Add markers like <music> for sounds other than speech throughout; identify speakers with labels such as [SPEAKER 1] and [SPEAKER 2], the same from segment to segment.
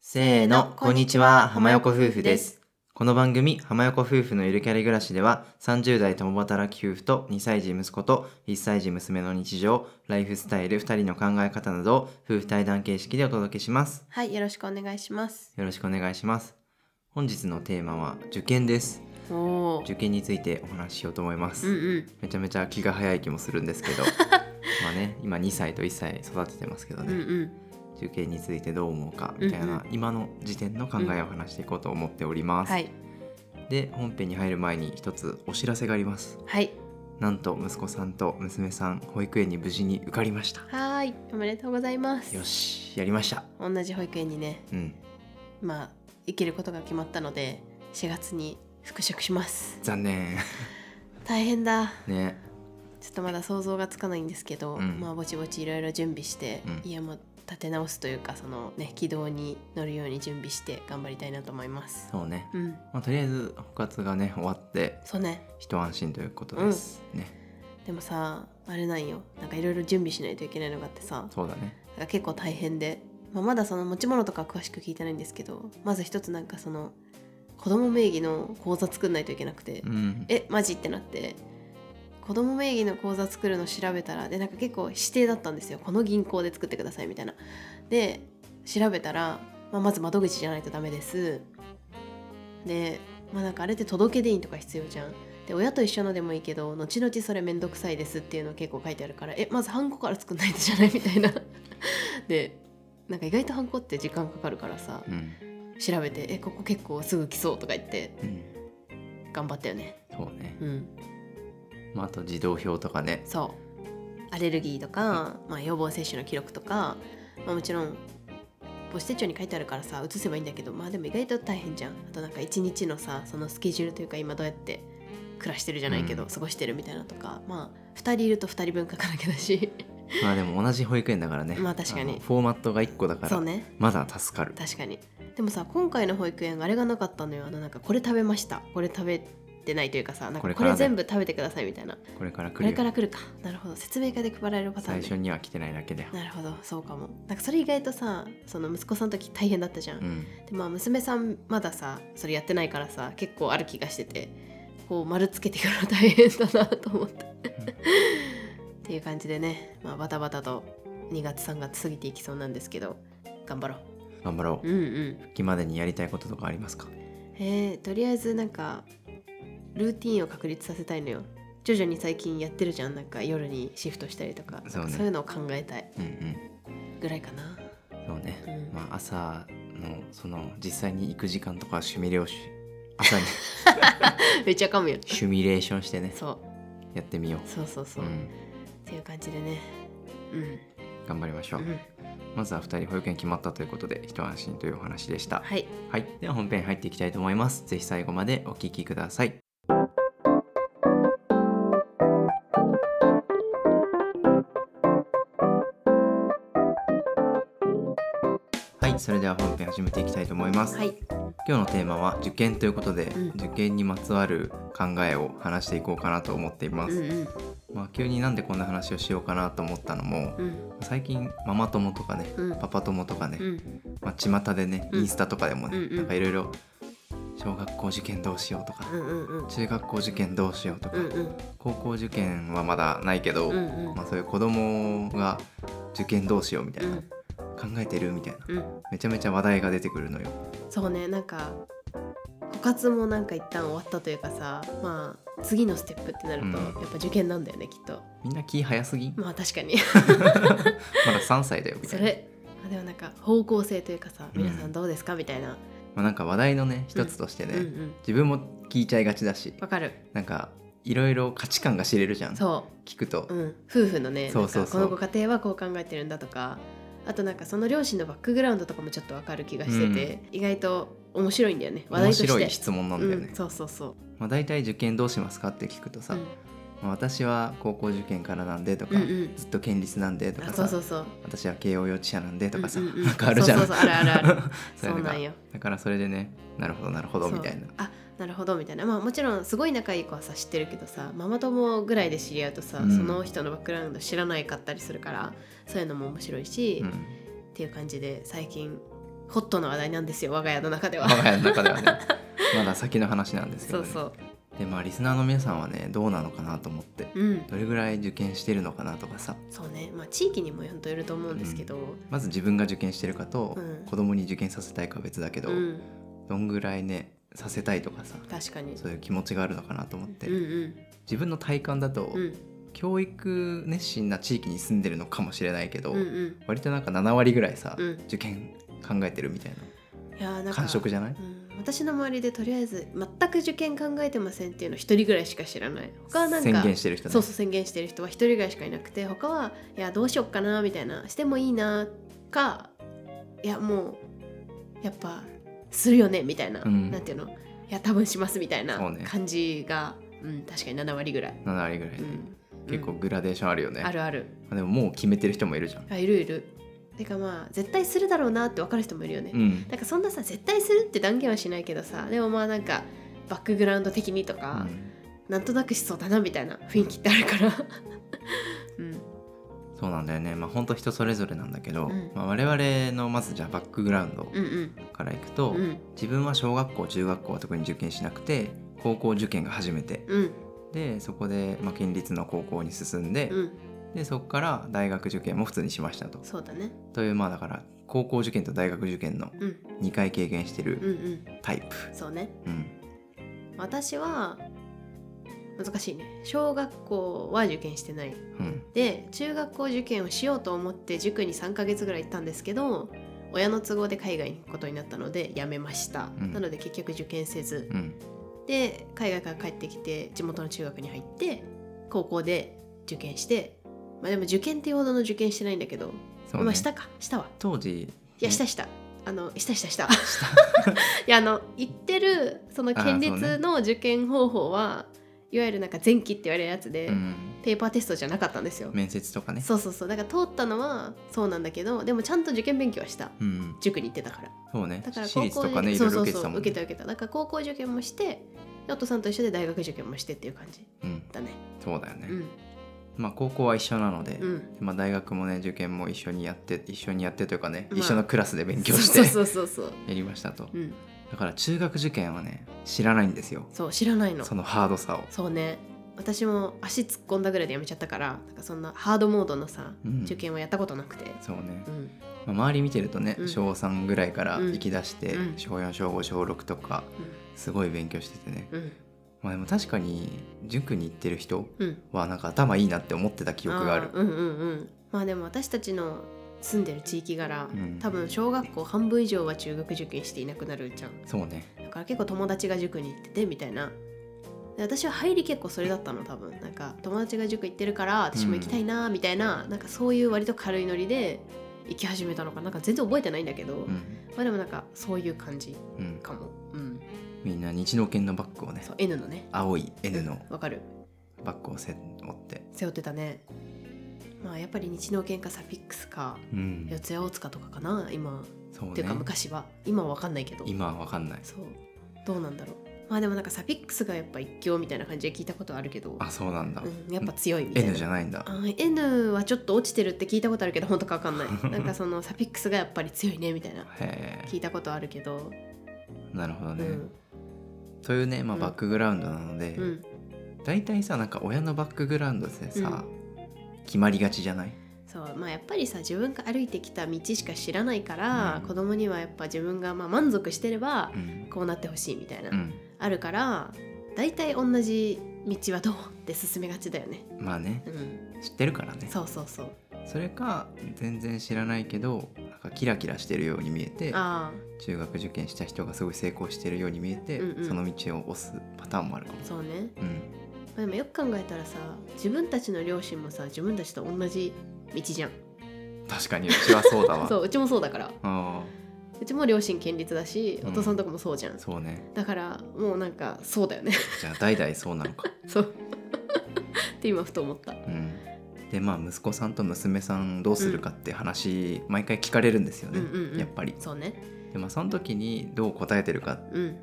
[SPEAKER 1] せーの、こんにちは、浜横夫婦です。この番組、浜横夫婦のゆるキャリ暮らしでは、30代共働き夫婦と2歳児息子と1歳児娘の日常、ライフスタイル、2人の考え方などを夫婦対談形式でお届けします。
[SPEAKER 2] はい、よろしくお願いします。
[SPEAKER 1] よろしくお願いします。本日のテーマは受験です。
[SPEAKER 2] おお。
[SPEAKER 1] 受験についてお話ししようと思います。
[SPEAKER 2] うんうん。
[SPEAKER 1] めちゃめちゃ気が早い気もするんですけ
[SPEAKER 2] <laughs>
[SPEAKER 1] ど、まあね、今2歳と1歳育ててますけど
[SPEAKER 2] う
[SPEAKER 1] ね。
[SPEAKER 2] んうん。
[SPEAKER 1] 受験についてどう思うかみたいな、
[SPEAKER 2] うんうん
[SPEAKER 1] 今の時点の考えを話していこうと思っております、
[SPEAKER 2] はい。
[SPEAKER 1] で本編に入る前に一つお知らせがあります
[SPEAKER 2] はい。
[SPEAKER 1] なんと息子さんと娘さん保育園に無事に受かりました
[SPEAKER 2] はーい、おめでとうございます。
[SPEAKER 1] よ。しやりました
[SPEAKER 2] 同じ保育園にね、
[SPEAKER 1] うん
[SPEAKER 2] まあ行けることが決まったので、4月に復職します。
[SPEAKER 1] 残念
[SPEAKER 2] 大変だ。
[SPEAKER 1] ね
[SPEAKER 2] ちょっとまだ想像がつかないんですけど、
[SPEAKER 1] うん
[SPEAKER 2] まあぼちぼちいろいろ準備して、
[SPEAKER 1] うん
[SPEAKER 2] 家も立て直すというか、そのね軌道に乗るように準備して頑張りたいなと思います。
[SPEAKER 1] そうね、
[SPEAKER 2] うん。
[SPEAKER 1] まあ、とりあえず補活がね終わって
[SPEAKER 2] そうね。
[SPEAKER 1] 一安心ということです、ね
[SPEAKER 2] でもさ、あれなんよ。なんかいろいろ準備しないといけないのがあってさ。
[SPEAKER 1] そうだね
[SPEAKER 2] なんか結構大変で、まあ、まだその持ち物とか詳しく聞いてないんですけどまず一つなんかその子供名義の口座作んないといけなくて、
[SPEAKER 1] うん
[SPEAKER 2] えマジってなって子供名義の口座作るの調べたらでなんか結構指定だったんですよこの銀行で作ってくださいみたいなで調べたら、まあ、まず窓口じゃないとダメですでまあなんかあれって届け出印とか必要じゃんで親と一緒のでもいいけど後々それめんどくさいですっていうの結構書いてあるからえまずハンコから作んないとじゃないみたいな <laughs> でなんか意外とハンコって時間かかるからさ
[SPEAKER 1] うん、
[SPEAKER 2] 調べてえここ結構すぐ来そうとか言って
[SPEAKER 1] うん、
[SPEAKER 2] 頑張ったよね
[SPEAKER 1] そうね、
[SPEAKER 2] うん
[SPEAKER 1] まあ、あと児童票とかね
[SPEAKER 2] そうアレルギーとか、まあ、予防接種の記録とか、まあ、もちろん母子手帳に書いてあるからさ写せばいいんだけどまあでも意外と大変じゃんあとなんか一日のさそのスケジュールというか今どうやって暮らしてるじゃないけど、
[SPEAKER 1] うん
[SPEAKER 2] 過ごしてるみたいなとかまあ2人いると2人分書かなきゃだし
[SPEAKER 1] まあでも同じ保育園だからね
[SPEAKER 2] まあ確かに
[SPEAKER 1] のフォーマットが1個だか
[SPEAKER 2] そ
[SPEAKER 1] ら
[SPEAKER 2] うね
[SPEAKER 1] まだ助かる
[SPEAKER 2] 確かにでもさ今回の保育園あれがなかったのよあのなんかこれ食べましたこれ食べてないというかさなん
[SPEAKER 1] こ
[SPEAKER 2] か
[SPEAKER 1] れ
[SPEAKER 2] こ
[SPEAKER 1] からだ
[SPEAKER 2] れ全部食べてくださいみたいなこ
[SPEAKER 1] これから来
[SPEAKER 2] れ
[SPEAKER 1] る
[SPEAKER 2] か
[SPEAKER 1] よ
[SPEAKER 2] ら来るかなるほど説明会で配られるパター
[SPEAKER 1] 最
[SPEAKER 2] ン
[SPEAKER 1] 初
[SPEAKER 2] ね
[SPEAKER 1] には来てないだけだよ、
[SPEAKER 2] なるほどそうかもなんかそれ意外とさその息子さんの時大変だったじゃん、
[SPEAKER 1] うん、
[SPEAKER 2] でまあ娘さんまださそれやってないからさ結構ある気がしててこう丸つけてから大変だなと思ってっていう感じでね、まあ、バタバタと2月3月過ぎていきそうなんですけど頑張ろ
[SPEAKER 1] 頑張ろ
[SPEAKER 2] う
[SPEAKER 1] う
[SPEAKER 2] うんうん
[SPEAKER 1] 復帰までにやりたいこととかありますか
[SPEAKER 2] えー、とりあえずなんかルーティンを確立させたいのよ徐々に最近やってるじゃんなんか夜にシフトしたりとか
[SPEAKER 1] そうね
[SPEAKER 2] そういうのを考えたい
[SPEAKER 1] うんうん
[SPEAKER 2] ぐらいかな
[SPEAKER 1] そうね、
[SPEAKER 2] うん
[SPEAKER 1] まあ朝のその実際に行く時間とかシミュレーション朝
[SPEAKER 2] <laughs>
[SPEAKER 1] に
[SPEAKER 2] めっちゃ噛むよ
[SPEAKER 1] シミュレーションしてね
[SPEAKER 2] そう
[SPEAKER 1] やってみよ、
[SPEAKER 2] そうそうそうう、
[SPEAKER 1] う
[SPEAKER 2] っ
[SPEAKER 1] ん、
[SPEAKER 2] ていう感じでねうん、
[SPEAKER 1] 頑張りましょう、
[SPEAKER 2] うん、
[SPEAKER 1] まずは2人保育園決まったということで一安心というお話でした
[SPEAKER 2] はい
[SPEAKER 1] はいでは本編入っていきたいと思いますぜひ最後までお聞きくださいはいそれでは本編始めていきたいと思います、
[SPEAKER 2] はい
[SPEAKER 1] 今日のテーマは受験ということで、
[SPEAKER 2] うん
[SPEAKER 1] 受験にまつわる考えを話していこうかなと思っていま
[SPEAKER 2] う
[SPEAKER 1] す、
[SPEAKER 2] んうん
[SPEAKER 1] まあ急になんでこんな話をしようかなと思ったのも
[SPEAKER 2] うん
[SPEAKER 1] 最近ママ友とかね、
[SPEAKER 2] うん
[SPEAKER 1] パパ友とかね、
[SPEAKER 2] うん
[SPEAKER 1] まあ、巷でね、
[SPEAKER 2] うん
[SPEAKER 1] インスタとかでもね、
[SPEAKER 2] うんうん
[SPEAKER 1] なんかいろいろ小学校受験どうしようとか、
[SPEAKER 2] うんうんうん
[SPEAKER 1] 中学校受験どうしようとか、
[SPEAKER 2] うんうん
[SPEAKER 1] 高校受験はまだないけど、
[SPEAKER 2] うんうん
[SPEAKER 1] まあ、そういう子供が受験どうしようみたいな、考えてるみたいな
[SPEAKER 2] うんうん
[SPEAKER 1] めちゃめちゃ話題が出てくるのよ。
[SPEAKER 2] そうねなんか部活もなんか一旦終わったというかさまあ次のステップってなると、
[SPEAKER 1] うん
[SPEAKER 2] やっぱ受験なんだよねきっと
[SPEAKER 1] みんな気早すぎ <laughs> んま
[SPEAKER 2] まあ確かに
[SPEAKER 1] だ3歳だよみた
[SPEAKER 2] そ
[SPEAKER 1] いな。
[SPEAKER 2] れあでもなんか方向性というかさ
[SPEAKER 1] うん
[SPEAKER 2] 皆さんどうですかみたいな、
[SPEAKER 1] まあ、なんか話題のね一つとしてね、
[SPEAKER 2] うんうん
[SPEAKER 1] 自分も聞いちゃいがちだし
[SPEAKER 2] わかる
[SPEAKER 1] なんかいろいろ価値観が知れるじゃん
[SPEAKER 2] そう
[SPEAKER 1] 聞くと。
[SPEAKER 2] うん、夫婦のね
[SPEAKER 1] そうそうそう
[SPEAKER 2] なんかこのご家庭はこう考えてるんだとかあとなんかその両親のバックグラウンドとかもちょっとわかる気がしてて、意外と面白いんだよね話題
[SPEAKER 1] 面
[SPEAKER 2] として
[SPEAKER 1] 白い質問なんだよね、
[SPEAKER 2] うん、そうそうそう
[SPEAKER 1] まあ、大体受験どうしますかって聞くとさ、
[SPEAKER 2] うん
[SPEAKER 1] まあ私は高校受験からなんでとか、
[SPEAKER 2] うんうん
[SPEAKER 1] ずっと県立なんでとか
[SPEAKER 2] あ
[SPEAKER 1] さ
[SPEAKER 2] そうそうそう
[SPEAKER 1] 私は慶応幼稚園なんでとかさ、
[SPEAKER 2] うんうんうん
[SPEAKER 1] なんかあるじゃん
[SPEAKER 2] そうそうそうあるあるある
[SPEAKER 1] <laughs> そういうのが
[SPEAKER 2] そうなんよ
[SPEAKER 1] だからそれでねなるほどなるほどみたいな
[SPEAKER 2] そうあなるほどみたいなまあもちろんすごい仲いい子はさ知ってるけどさママ友ぐらいで知り合うとさ、
[SPEAKER 1] うん
[SPEAKER 2] その人のバックグラウンド知らないかったりするからそういうのも面白いし、
[SPEAKER 1] う
[SPEAKER 2] っ
[SPEAKER 1] ん
[SPEAKER 2] ていう感じで最近ホットな話題なんですよ我が家の中では
[SPEAKER 1] 我が家の中では
[SPEAKER 2] <laughs>
[SPEAKER 1] ねまだ先の話なんですけ
[SPEAKER 2] そ
[SPEAKER 1] ど、
[SPEAKER 2] う
[SPEAKER 1] ね、
[SPEAKER 2] そう
[SPEAKER 1] でまあリスナーの皆さんはねどうなのかなと思って
[SPEAKER 2] うん
[SPEAKER 1] どれぐらい受験してるのかなとかさ
[SPEAKER 2] そうねまあ地域にもよると思うんですけど、
[SPEAKER 1] まず自分が受験してるかと、
[SPEAKER 2] うん
[SPEAKER 1] 子供に受験させたいかは別だけど、
[SPEAKER 2] うん、
[SPEAKER 1] どんぐらいねさせたいとかさ
[SPEAKER 2] 確かに
[SPEAKER 1] そういう気持ちがあるのかなと思って、
[SPEAKER 2] うんうん
[SPEAKER 1] 自分の体感だと、
[SPEAKER 2] うん
[SPEAKER 1] 教育熱心な地域に住んでるのかもしれないけど、
[SPEAKER 2] うんうん
[SPEAKER 1] 割となんか7割ぐらいさ、
[SPEAKER 2] うん
[SPEAKER 1] 受験考えてるみたい
[SPEAKER 2] いやーなん
[SPEAKER 1] な
[SPEAKER 2] か
[SPEAKER 1] 感触じゃない
[SPEAKER 2] うん、私の周りでとりあえず全く受験考えてませんっていうの一人ぐらいしか知らない他はなんか
[SPEAKER 1] 宣言してる人ね
[SPEAKER 2] そうそう宣言してる人は一人ぐらいしかいなくて他はいやどうしよっかなみたいなしてもいいなかいやもうやっぱするよねみたいな、
[SPEAKER 1] うん
[SPEAKER 2] なんていうのいや多分しますみたいな
[SPEAKER 1] そうね
[SPEAKER 2] 感じがう、ん、確かに7割ぐらい、
[SPEAKER 1] 7割ぐらい、
[SPEAKER 2] うん、
[SPEAKER 1] 結構
[SPEAKER 2] うん
[SPEAKER 1] グラデーションあるよね、
[SPEAKER 2] あるある
[SPEAKER 1] でももう決めてる人もいるじゃん、
[SPEAKER 2] あいるいるてかまあ絶対するだろうなって分かる人もいるよね、
[SPEAKER 1] うん
[SPEAKER 2] なんかそんなさ絶対するって断言はしないけどさでもまあなんかバックグラウンド的にと
[SPEAKER 1] う
[SPEAKER 2] か、
[SPEAKER 1] ん
[SPEAKER 2] なんとなくしそうだなみたいな雰囲気ってあるから <laughs> うん
[SPEAKER 1] そうなんだよねまあ本当人それぞれなんだけど、
[SPEAKER 2] うん
[SPEAKER 1] まあ、我々のまずじゃあバックグラウンド
[SPEAKER 2] うんうん
[SPEAKER 1] からいくと、
[SPEAKER 2] うん
[SPEAKER 1] 自分は小学校中学校は特に受験しなくて高校受験が初めて
[SPEAKER 2] うん
[SPEAKER 1] でそこで、まあ、県立の高校に進んで、
[SPEAKER 2] うん
[SPEAKER 1] でそこから大学受験も普通にしましたと。
[SPEAKER 2] そうだね
[SPEAKER 1] というまあだから高校受験と大学受験の
[SPEAKER 2] うん
[SPEAKER 1] 2回経験して
[SPEAKER 2] うん
[SPEAKER 1] る
[SPEAKER 2] うん
[SPEAKER 1] タイプ。
[SPEAKER 2] そうね
[SPEAKER 1] うん
[SPEAKER 2] 私は難しいね小学校は受験してない
[SPEAKER 1] うん
[SPEAKER 2] で中学校受験をしようと思って塾に3ヶ月ぐらい行ったんですけど親の都合で海外に行くことになったのでやめました、
[SPEAKER 1] うん
[SPEAKER 2] なので結局受験せず
[SPEAKER 1] うん
[SPEAKER 2] で海外から帰ってきて地元の中学に入って高校で受験してまあでも受験っていうほどの受験してないんだけど、
[SPEAKER 1] そう
[SPEAKER 2] まあ
[SPEAKER 1] ね、
[SPEAKER 2] したかしたわ
[SPEAKER 1] 当時
[SPEAKER 2] いやしたしたあのしたしたした
[SPEAKER 1] <laughs>
[SPEAKER 2] いやあの行ってるその県
[SPEAKER 1] あーそうね
[SPEAKER 2] 立の受験方法は、いわゆるなんか前期って言われるやつで、
[SPEAKER 1] うん、
[SPEAKER 2] ペーパーテストじゃなかったんですよ、
[SPEAKER 1] 面接とかね。
[SPEAKER 2] そうそうそうだから通ったのはそうなんだけどでもちゃんと受験勉強はした
[SPEAKER 1] うん、
[SPEAKER 2] 塾に行ってたから
[SPEAKER 1] そうね
[SPEAKER 2] だから
[SPEAKER 1] 私
[SPEAKER 2] 高
[SPEAKER 1] 立
[SPEAKER 2] 校
[SPEAKER 1] とかねい
[SPEAKER 2] そ
[SPEAKER 1] ろ
[SPEAKER 2] う
[SPEAKER 1] いろ受けてた
[SPEAKER 2] そうそう
[SPEAKER 1] もん
[SPEAKER 2] 受け
[SPEAKER 1] ね。
[SPEAKER 2] た受けただから高校受験もしてでお父さんと一緒で大学受験もしてっていう感じ
[SPEAKER 1] うん、
[SPEAKER 2] だね
[SPEAKER 1] そうだよね、
[SPEAKER 2] うん
[SPEAKER 1] まあ高校は一緒なので、
[SPEAKER 2] うん
[SPEAKER 1] まあ、大学もね受験も一緒にやって一緒にやってというかね、
[SPEAKER 2] まあ
[SPEAKER 1] 一緒のクラスで勉強して
[SPEAKER 2] そうそうそうそうそう
[SPEAKER 1] やりましたと
[SPEAKER 2] うん
[SPEAKER 1] だから中学受験はね知らないんですよ
[SPEAKER 2] そう知らないの
[SPEAKER 1] そのハードさを
[SPEAKER 2] そうね私も足突っ込んだぐらいでやめちゃったからなんかそんなハードモードのさ、
[SPEAKER 1] うん
[SPEAKER 2] 受験はやったことなくて
[SPEAKER 1] そうね
[SPEAKER 2] う、ん
[SPEAKER 1] まあ、周り見てるとね、
[SPEAKER 2] うん
[SPEAKER 1] 小3ぐらいから
[SPEAKER 2] うん
[SPEAKER 1] 行き出して、
[SPEAKER 2] うん
[SPEAKER 1] 小4小5小6とかすごい勉強しててね、
[SPEAKER 2] うん
[SPEAKER 1] まあ、でも確かに塾に行ってる人
[SPEAKER 2] うんうん
[SPEAKER 1] はなんか頭いいなって思ってた記憶がある
[SPEAKER 2] ーうんうんうんまあでも私たちの住んでる地域柄、
[SPEAKER 1] うん
[SPEAKER 2] 多分小学校半分以上は中学受験していなくなるじゃん
[SPEAKER 1] そうね
[SPEAKER 2] だから結構友達が塾に行っててみたいなで私は入り結構それだったの多分なんか友達が塾行ってるから私も行きたいなみたいな、なんかそういう割と軽いノリで行き始めたのかなんか全然覚えてないんだけど、
[SPEAKER 1] う
[SPEAKER 2] ま
[SPEAKER 1] ん、
[SPEAKER 2] あでもなんかそういう感じ
[SPEAKER 1] うん、
[SPEAKER 2] かもうん
[SPEAKER 1] みんな日能研のバッグをね
[SPEAKER 2] そう N のね
[SPEAKER 1] 青い N の
[SPEAKER 2] わかる
[SPEAKER 1] バッグを背負って、
[SPEAKER 2] 背負ってたねまあやっぱり日能研かサフィックスか
[SPEAKER 1] うん
[SPEAKER 2] 四、谷大塚とかかな今、
[SPEAKER 1] そう
[SPEAKER 2] っていうか
[SPEAKER 1] ね
[SPEAKER 2] 昔は今はわかんないけど
[SPEAKER 1] 今は分かんない
[SPEAKER 2] そうどうなんだろうまあでもなんかサフィックスがやっぱ一強みたいな感じで聞いたことあるけど
[SPEAKER 1] あそうなんだ、
[SPEAKER 2] うん、やっぱ強いみたいな。
[SPEAKER 1] N じゃないんだ
[SPEAKER 2] あ N はちょっと落ちてるって聞いたことあるけど本当かわかんない
[SPEAKER 1] <laughs>
[SPEAKER 2] なんかそのサフィックスがやっぱり強いねみたいな
[SPEAKER 1] へ
[SPEAKER 2] 聞いたことあるけど、
[SPEAKER 1] えなるほど
[SPEAKER 2] う
[SPEAKER 1] ね、
[SPEAKER 2] ん
[SPEAKER 1] というね、まあ、
[SPEAKER 2] うん
[SPEAKER 1] バックグラウンドなので、
[SPEAKER 2] うん、
[SPEAKER 1] 大体さなんか親のバックグラウンドでさ、決まりがちじゃない
[SPEAKER 2] そうまあやっぱりさ自分が歩いてきた道しか知らないから、
[SPEAKER 1] うん
[SPEAKER 2] 子供にはやっぱ自分がまあ満足してれば
[SPEAKER 1] うん、
[SPEAKER 2] こうなってほしいみたいな、
[SPEAKER 1] うん、
[SPEAKER 2] あるから大体同じ道はどうって進めがちだよね、
[SPEAKER 1] まあね
[SPEAKER 2] うん、
[SPEAKER 1] 知ってるからね
[SPEAKER 2] そうそうそう
[SPEAKER 1] それか全然知らないけどなんかキラキラしてるように見えて
[SPEAKER 2] あ
[SPEAKER 1] 中学受験した人がすごい成功してるように見えて、
[SPEAKER 2] うんうん
[SPEAKER 1] その道を押すパターンもあるかも
[SPEAKER 2] あ、そうね
[SPEAKER 1] うん、
[SPEAKER 2] まあでもよく考えたらさ自分たちの両親もさ自分たちと同じ道じゃん
[SPEAKER 1] 確かにうちはそうだわ
[SPEAKER 2] そううちもそうだから
[SPEAKER 1] あ
[SPEAKER 2] うちも両親県立だし
[SPEAKER 1] うん
[SPEAKER 2] お父さんとかもそうじゃん、
[SPEAKER 1] ーそうね
[SPEAKER 2] だからもうなんかそうだよね
[SPEAKER 1] じゃあ代々そうなのか、
[SPEAKER 2] そう <laughs> って今ふと思った
[SPEAKER 1] うん、でまあ息子さんと娘さんどうするかって話、毎回聞かれるんですよね、
[SPEAKER 2] うんうんうん
[SPEAKER 1] やっぱり
[SPEAKER 2] そうね
[SPEAKER 1] で、まあ、その時にどう答えてるか
[SPEAKER 2] うん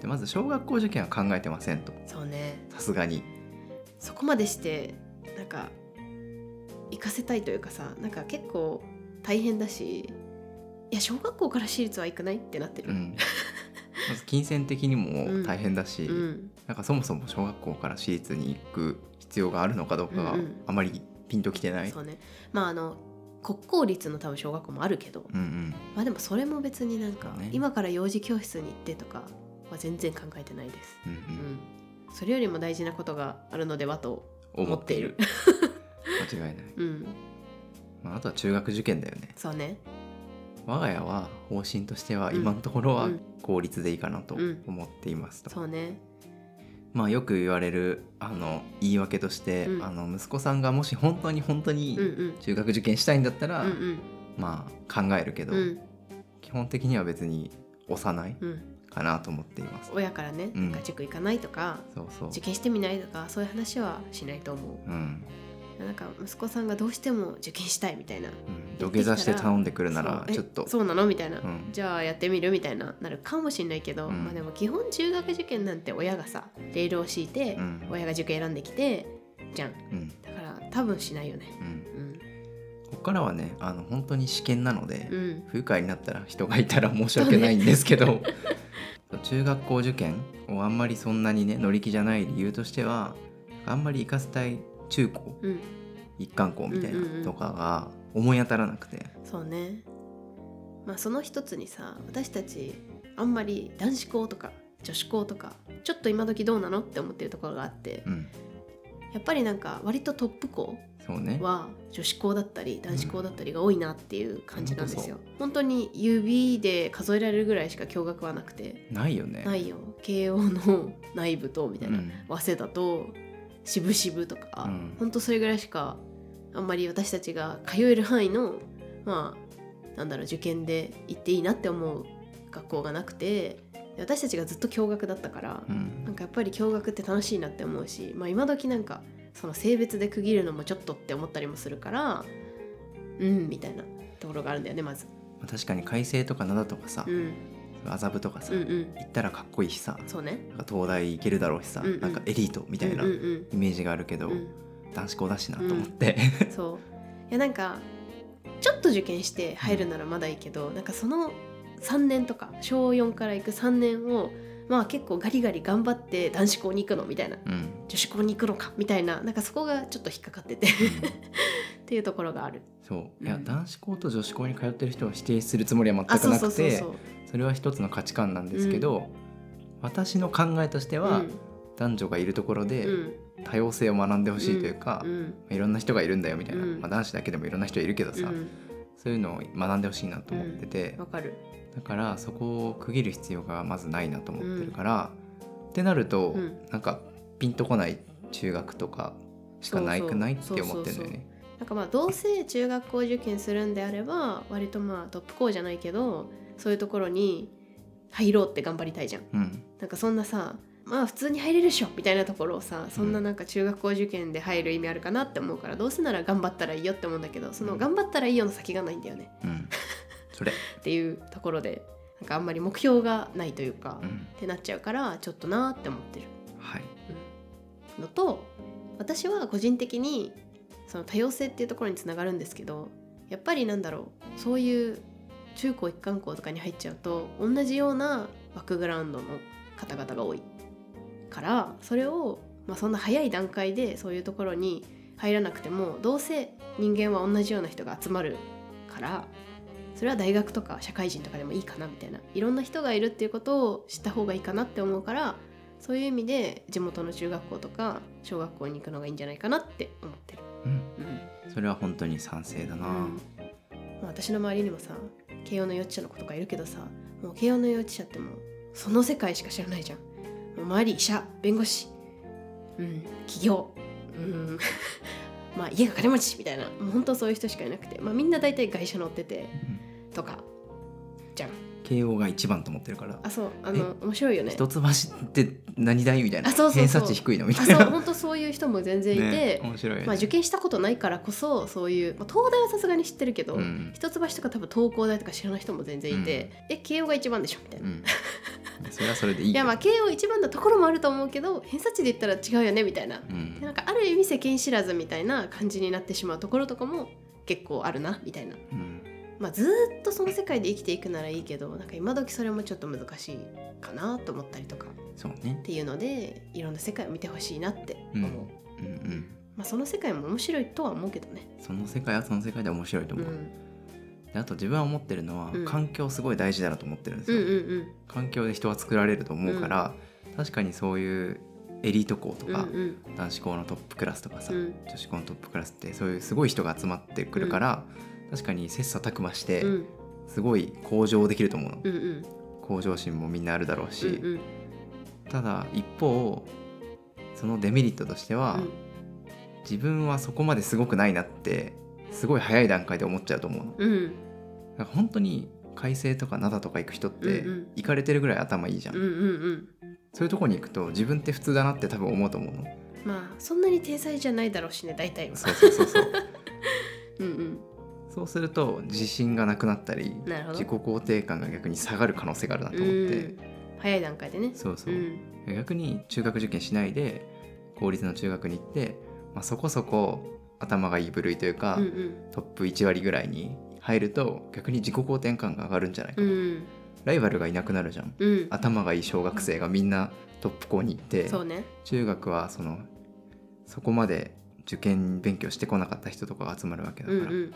[SPEAKER 1] でまず小学校受験は考えてませんと
[SPEAKER 2] そうね
[SPEAKER 1] さすがに
[SPEAKER 2] そこまでしてなんか行かせたいというかさなんか結構大変だしいや小学校から私立は行くないってなってる、
[SPEAKER 1] うん、まず金銭的にも大変だし、
[SPEAKER 2] うん
[SPEAKER 1] なんかそもそも小学校から私立に行く必要があるのかどうかが
[SPEAKER 2] うんうん
[SPEAKER 1] あまりピンときてない。
[SPEAKER 2] そうねまああの国公立の多分小学校もあるけど、
[SPEAKER 1] うんうん、
[SPEAKER 2] まあでもそれも別になんか、
[SPEAKER 1] そうね
[SPEAKER 2] 今から幼児教室に行ってとかは全然考えてないです、
[SPEAKER 1] うん
[SPEAKER 2] う
[SPEAKER 1] うん
[SPEAKER 2] ん、それよりも大事なことがあるのではと
[SPEAKER 1] 思っている。 <laughs> 間違いない。
[SPEAKER 2] うん
[SPEAKER 1] まあ、あとは中学受験だよね。
[SPEAKER 2] そうね
[SPEAKER 1] 我が家は方針としては
[SPEAKER 2] うん
[SPEAKER 1] 今のところは
[SPEAKER 2] うん
[SPEAKER 1] 公立でいいかなと
[SPEAKER 2] うん
[SPEAKER 1] 思っていますと。
[SPEAKER 2] そうね
[SPEAKER 1] まあよく言われるあの言い訳として、
[SPEAKER 2] うん
[SPEAKER 1] あの息子さんがもし本当に本当
[SPEAKER 2] うんう
[SPEAKER 1] に
[SPEAKER 2] ん
[SPEAKER 1] 中学受験したいんだった
[SPEAKER 2] う
[SPEAKER 1] ら、
[SPEAKER 2] んうん
[SPEAKER 1] まあ考えるけど、
[SPEAKER 2] うん
[SPEAKER 1] 基本的には別に押さない
[SPEAKER 2] うん
[SPEAKER 1] かなと思っています。
[SPEAKER 2] 親からね、
[SPEAKER 1] うん
[SPEAKER 2] なんか塾行かないとか
[SPEAKER 1] そうそう。
[SPEAKER 2] 受験してみないとかそういう話はしないと思
[SPEAKER 1] うん。
[SPEAKER 2] うなんか息子さんがどうしても受験したいみたいな
[SPEAKER 1] うん土下座して頼んでくるなら
[SPEAKER 2] そうえ
[SPEAKER 1] ちょっと。
[SPEAKER 2] そうなのみたいな、
[SPEAKER 1] うん
[SPEAKER 2] じゃあやってみるみたいななるかもしれないけど、
[SPEAKER 1] うん
[SPEAKER 2] まあでも基本中学受験なんて親がさレールを敷いて、
[SPEAKER 1] うん
[SPEAKER 2] 親が塾選んできてじゃん
[SPEAKER 1] うん。
[SPEAKER 2] だから多分しないよね
[SPEAKER 1] うん。
[SPEAKER 2] うん、
[SPEAKER 1] ここからはねあの本当に試験なので、
[SPEAKER 2] うん、
[SPEAKER 1] 不愉快になったら人がいたら申し訳ないんですけ
[SPEAKER 2] <laughs>
[SPEAKER 1] ど、中学校受験をあんまりそんなにね乗り気じゃない理由としてはあんまり行かせたい中高
[SPEAKER 2] うん、
[SPEAKER 1] 一貫校みたい
[SPEAKER 2] うんうんう
[SPEAKER 1] なんとかが思い当たらなくて、
[SPEAKER 2] そうねまあその一つにさ私たちあんまり男子校とか女子校とかちょっと今時どうなのって思ってるところがあって
[SPEAKER 1] うん、
[SPEAKER 2] やっぱりなんか割とトップ校
[SPEAKER 1] そうね
[SPEAKER 2] は女子校だったり男子校だったりが多いなっていう感じなんですよ、
[SPEAKER 1] う
[SPEAKER 2] 本当に指で数えられるぐらいしか共学はなくて
[SPEAKER 1] ないよね
[SPEAKER 2] ないよ慶応の内部とみたいな、
[SPEAKER 1] うん
[SPEAKER 2] 早稲田と渋々とか、
[SPEAKER 1] うん
[SPEAKER 2] 本当それぐらいしかあんまり私たちが通える範囲のまあなんだろう受験で行っていいなって思う学校がなくてで私たちがずっと共学だったから、
[SPEAKER 1] うん
[SPEAKER 2] なんかやっぱり共学って楽しいなって思うし、まあ、今時なんかその性別で区切るのもちょっとって思ったりもするからうんみたいなところがあるんだよねまず、
[SPEAKER 1] まあ確かに海星とか灘とかさ
[SPEAKER 2] うん、
[SPEAKER 1] 麻布とかさ、
[SPEAKER 2] うんう
[SPEAKER 1] 行
[SPEAKER 2] ん
[SPEAKER 1] ったらかっこいいしさ
[SPEAKER 2] そうね
[SPEAKER 1] なんか東大行けるだろうしさ、
[SPEAKER 2] うんうん
[SPEAKER 1] なんかエリートみたいな
[SPEAKER 2] うんう
[SPEAKER 1] イ
[SPEAKER 2] ん
[SPEAKER 1] メージがあるけど、
[SPEAKER 2] うん
[SPEAKER 1] 男子校だしなと思って、
[SPEAKER 2] うん、そういやなんかちょっと受験して入るならまだいいけど、なんかその3年とか小4から行く3年をまあ結構ガリガリ頑張って男子校に行くのみたいな <laughs>
[SPEAKER 1] うん
[SPEAKER 2] 女子校に行くのかみたいななんかそこがちょっと引っかかっててっていうところがある
[SPEAKER 1] そういや、
[SPEAKER 2] うん
[SPEAKER 1] 男子校と女子校に通ってる人を否定するつもりは全く
[SPEAKER 2] あそう
[SPEAKER 1] な
[SPEAKER 2] そう
[SPEAKER 1] く
[SPEAKER 2] そう
[SPEAKER 1] て
[SPEAKER 2] そう
[SPEAKER 1] それは一つの価値観なんですけど、私の考えとしては、男女がいるところ
[SPEAKER 2] う
[SPEAKER 1] で
[SPEAKER 2] ん
[SPEAKER 1] 多様性を学んでほしいというか、
[SPEAKER 2] うんうん
[SPEAKER 1] いろんな人がいるんだよみたいな、
[SPEAKER 2] うん
[SPEAKER 1] まあ、男子だけでもいろんな人いるけどさ、
[SPEAKER 2] うん
[SPEAKER 1] そういうのを学んでほしいなと思ってて、
[SPEAKER 2] わかる
[SPEAKER 1] だからそこを区切る必要がまずないなと思ってるから、ってなると、
[SPEAKER 2] うん
[SPEAKER 1] なんかピンとこない中学とかしかないくないっ
[SPEAKER 2] そうそう
[SPEAKER 1] て思ってるんだよね。
[SPEAKER 2] なんかまあどうせ中学校受験するんであれば割とまあトップ校じゃないけどそういうところに入ろうって頑張りたいじゃん
[SPEAKER 1] うん
[SPEAKER 2] なんかそんなさまあ普通に入れるでしょみたいなところをさそんななんか中学校受験で入る意味あるかなって思うからどうせなら頑張ったらいいよって思うんだけどその頑張ったらいいよの先がないんだよね
[SPEAKER 1] うん、それ、
[SPEAKER 2] っていうところでなんかあんまり目標がないというか、
[SPEAKER 1] う
[SPEAKER 2] っ
[SPEAKER 1] ん
[SPEAKER 2] てなっちゃうからちょっとなーって思ってる、
[SPEAKER 1] はい
[SPEAKER 2] うんのと私は個人的にその多様性っていうところにつながるんですけどやっぱりなんだろうそういう中高一貫校とかに入っちゃうと同じようなバックグラウンドの方々が多いからそれを、まあ、そんな早い段階でそういうところに入らなくてもどうせ人間は同じような人が集まるからそれは大学とか社会人とかでもいいかなみたいないろんな人がいるっていうことを知った方がいいかなって思うからそういう意味で地元の中学校とか小学校に行くのがいいんじゃないかなって思ってる。
[SPEAKER 1] うん
[SPEAKER 2] うん
[SPEAKER 1] それは本当に賛成だな、
[SPEAKER 2] うんまあ、私の周りにもさ慶応の幼稚舎の子とかいるけどさもう慶応の幼稚舎ってもうその世界しか知らないじゃんもう周り医者弁護士うん起業うん <laughs> まあ家が金持ちみたいなもう本当そういう人しかいなくて、まあ、みんな大体外車乗ってて
[SPEAKER 1] うん
[SPEAKER 2] とかじゃん
[SPEAKER 1] 慶応が一番と思ってるから
[SPEAKER 2] あそうあの面白いよね
[SPEAKER 1] 一橋って何大みたいな
[SPEAKER 2] あそうそうそう
[SPEAKER 1] 偏差値低いのみ
[SPEAKER 2] あ
[SPEAKER 1] たい
[SPEAKER 2] そう
[SPEAKER 1] な
[SPEAKER 2] 本当そういう人も全然いて、
[SPEAKER 1] <laughs> ね面白いよね
[SPEAKER 2] まあ、受験したことないからこそそういう、まあ、東大はさすがに知ってるけど、
[SPEAKER 1] うん
[SPEAKER 2] 一橋とか多分東工大とか知らない人も全然いて、え慶応が一番でしょみたいな、
[SPEAKER 1] う
[SPEAKER 2] い
[SPEAKER 1] ん、それはそれでいいよ
[SPEAKER 2] やまあ慶応一番のところもあると思うけど偏差値で言ったら違うよねみたいな、
[SPEAKER 1] う
[SPEAKER 2] でなん
[SPEAKER 1] ん
[SPEAKER 2] かある意味世間知らずみたいな感じになってしまうところとかも結構あるなみたいな
[SPEAKER 1] うん
[SPEAKER 2] まあ、ずーっとその世界で生きていくならいいけどなんか今時それもちょっと難しいかなと思ったりとかっ
[SPEAKER 1] そうね
[SPEAKER 2] ていうのでいろんな世界を見てほしいなって
[SPEAKER 1] うん
[SPEAKER 2] 思
[SPEAKER 1] う
[SPEAKER 2] う、
[SPEAKER 1] んうん
[SPEAKER 2] まあ、その世界も面白いとは思うけどね。
[SPEAKER 1] その世界はその世界で面白いと
[SPEAKER 2] うん、う
[SPEAKER 1] 思う、
[SPEAKER 2] ん
[SPEAKER 1] であと自分は思ってるのは、
[SPEAKER 2] うん
[SPEAKER 1] 環境すごい大事だなと思ってるんです
[SPEAKER 2] うん
[SPEAKER 1] よ、
[SPEAKER 2] うん
[SPEAKER 1] 環境で人は作られると思うから、確かにそういうエリート校と
[SPEAKER 2] うんう
[SPEAKER 1] か、
[SPEAKER 2] ん
[SPEAKER 1] 男子校のトップクラスとかさ、
[SPEAKER 2] うん
[SPEAKER 1] 女子校のトップクラスってそういうすごい人が集まってくるから、確かに切磋琢磨して
[SPEAKER 2] うん
[SPEAKER 1] すごい向上できると思うの、
[SPEAKER 2] うんうん
[SPEAKER 1] 向上心もみんなあるだろうし、
[SPEAKER 2] うん
[SPEAKER 1] ただ一方そのデメリットとしては、自分はそこまですごくないなってすごい早い段階で思っちゃうと思うの
[SPEAKER 2] うんうん
[SPEAKER 1] なんか本当に海星とか灘とか行く人って
[SPEAKER 2] うんうん
[SPEAKER 1] 行かれてるぐらい頭いいじゃん、
[SPEAKER 2] うんうんうん
[SPEAKER 1] そういうとこに行くと自分って普通だなって多分思うと思うの
[SPEAKER 2] まあそんなに天才じゃないだろうしね大体は。
[SPEAKER 1] そうそうそうそう
[SPEAKER 2] <laughs> うん
[SPEAKER 1] そうすると自信がなくなったり
[SPEAKER 2] うん、なるほど
[SPEAKER 1] 自己肯定感が逆に下がる可能性があるなと思って、
[SPEAKER 2] うん、早い段階でね。
[SPEAKER 1] そうそうう、
[SPEAKER 2] ん
[SPEAKER 1] 逆に中学受験しないで公立の中学に行って、まあ、そこそこ頭がいい部類というか、
[SPEAKER 2] うんうん
[SPEAKER 1] トップ1割ぐらいに入ると逆に自己肯定感が上がるんじゃないか
[SPEAKER 2] う
[SPEAKER 1] な、
[SPEAKER 2] ん
[SPEAKER 1] ライバルがいなくなるじゃん
[SPEAKER 2] うん、
[SPEAKER 1] 頭がいい小学生がみんなトップ校に行って、
[SPEAKER 2] そうね。
[SPEAKER 1] 中学はそのそこまで受験勉強してこなかった人とかが集まるわけだ
[SPEAKER 2] う
[SPEAKER 1] か
[SPEAKER 2] ん
[SPEAKER 1] ら,、
[SPEAKER 2] うん、